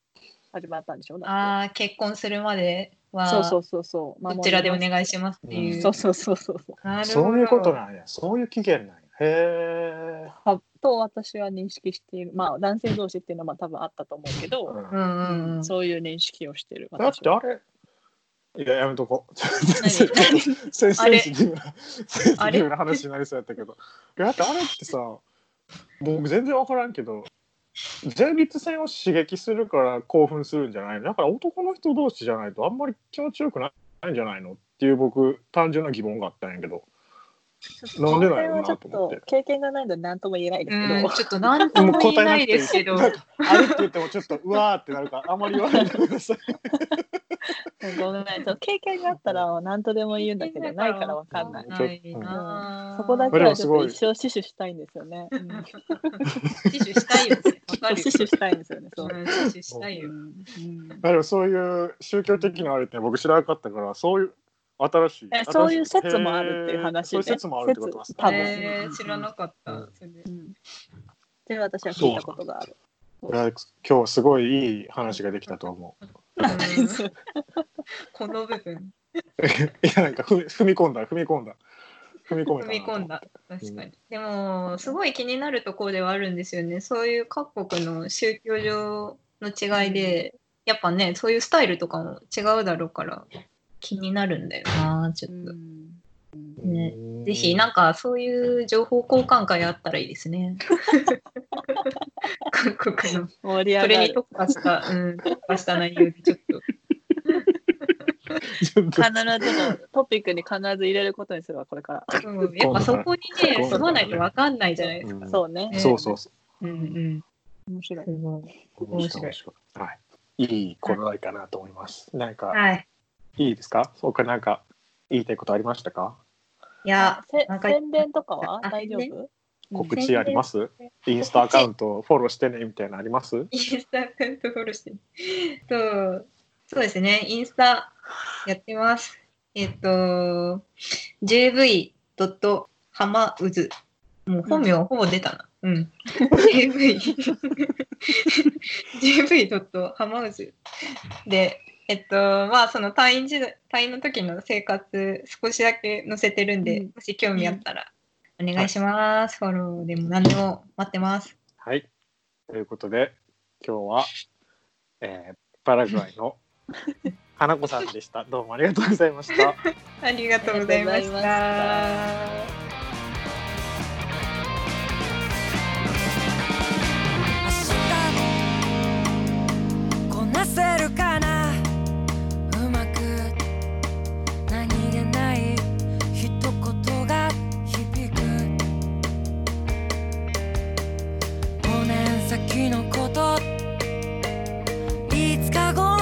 始まったんでしょうだっああ、結婚するまでては、そうそうそうそう。どちらでお願いししますっていう。そうそうそうそう。なるほどそういうことなんや。そういう期限なんや。へえ。あと私は認識している。まあ男性同士っていうのはまあ多分あったと思うけど、ううんんうんうん。そういう認識をしてる。だっ私てはあれ。いや、やめとこう。何 先生、あれ先生、な、先生、な話になりそうやったけど。いや、だってあれってさ。僕全然分からんけど。前立腺を刺激するから興奮するんじゃないのだから男の人同士じゃないとあんまり気持ちよくないんじゃないのっていう僕単純な疑問があったんやけどなんでなんやろうなとその辺はちょ思ってっと経験がないので何とも言えないですけど、うん、ちょっと何とも言えないですけど、もう答えなくていいあるって言ってもちょっとうわーってなるからあまり言わないでください。ごめんなさい。その経験があったら何とでも言うんだけど、ないからわかんない。ないうんなあ。そこだ けはちょっと一生死守したいんですよね。うん死守したいよね。わかるよ。死守したいんですよね。そう。うん死守したいうんうよ。んまあでもそういう宗教的なあれって僕知らなかったからそういう新しいえそういう説もあるっていう話ねへーそういう説もあるってことです多分説えー、知らなかった。うんそれでうんで私は聞いたことがある。いや今日すごいいい話ができたと思う。うんこの部分、いやなんかふ踏み込んだ踏み込んだ踏み込め踏たなみ込んだ。確かに。でも、すごい気になるところではあるんですよね。そういう各国の宗教上の違いで、やっぱね、そういうスタイルとかも違うだろうから、気になるんだよな、ちょっと。ねうんぜひ、なんかそういう情報交換会あったらいいですね。 各国の。盛り上がそる。れに特化した、うん、特化した内容でちょっと。ちょっと必ずちょっとトピックに必ず入れることにするわこれから。うん、やっぱそこに今度からね、住まないとわかんないじゃないですか。うんそうね。そうそうそうんうん。。面白いうんう面白いはいいい頃合いかなと思いますなんかはい。いいですかそうかなんか言いたいことありましたかいや、せなんか宣伝とかはあ大丈宣夫？告知ありますインスタアカウントフォローしてねみたいなのありますインスタアカウントフォローして。と、そうですね、インスタやってます。えっと、jv. 浜うず。もう本名ほぼ出たな。 うん。jv. jv. 浜うず。で、えっと、まあ、その退院時代、退院の時の生活、少しだけ載せてるんで、うんもし興味あったら、お願いします。フォローでも何でも待ってます。はいということで今日は、えーパラグアイの花子さんでしたどうもありがとうございましたありがとうございまありがとうござした。明日もこなせるかなうまく何気ない一言が響く5年先のこといつか5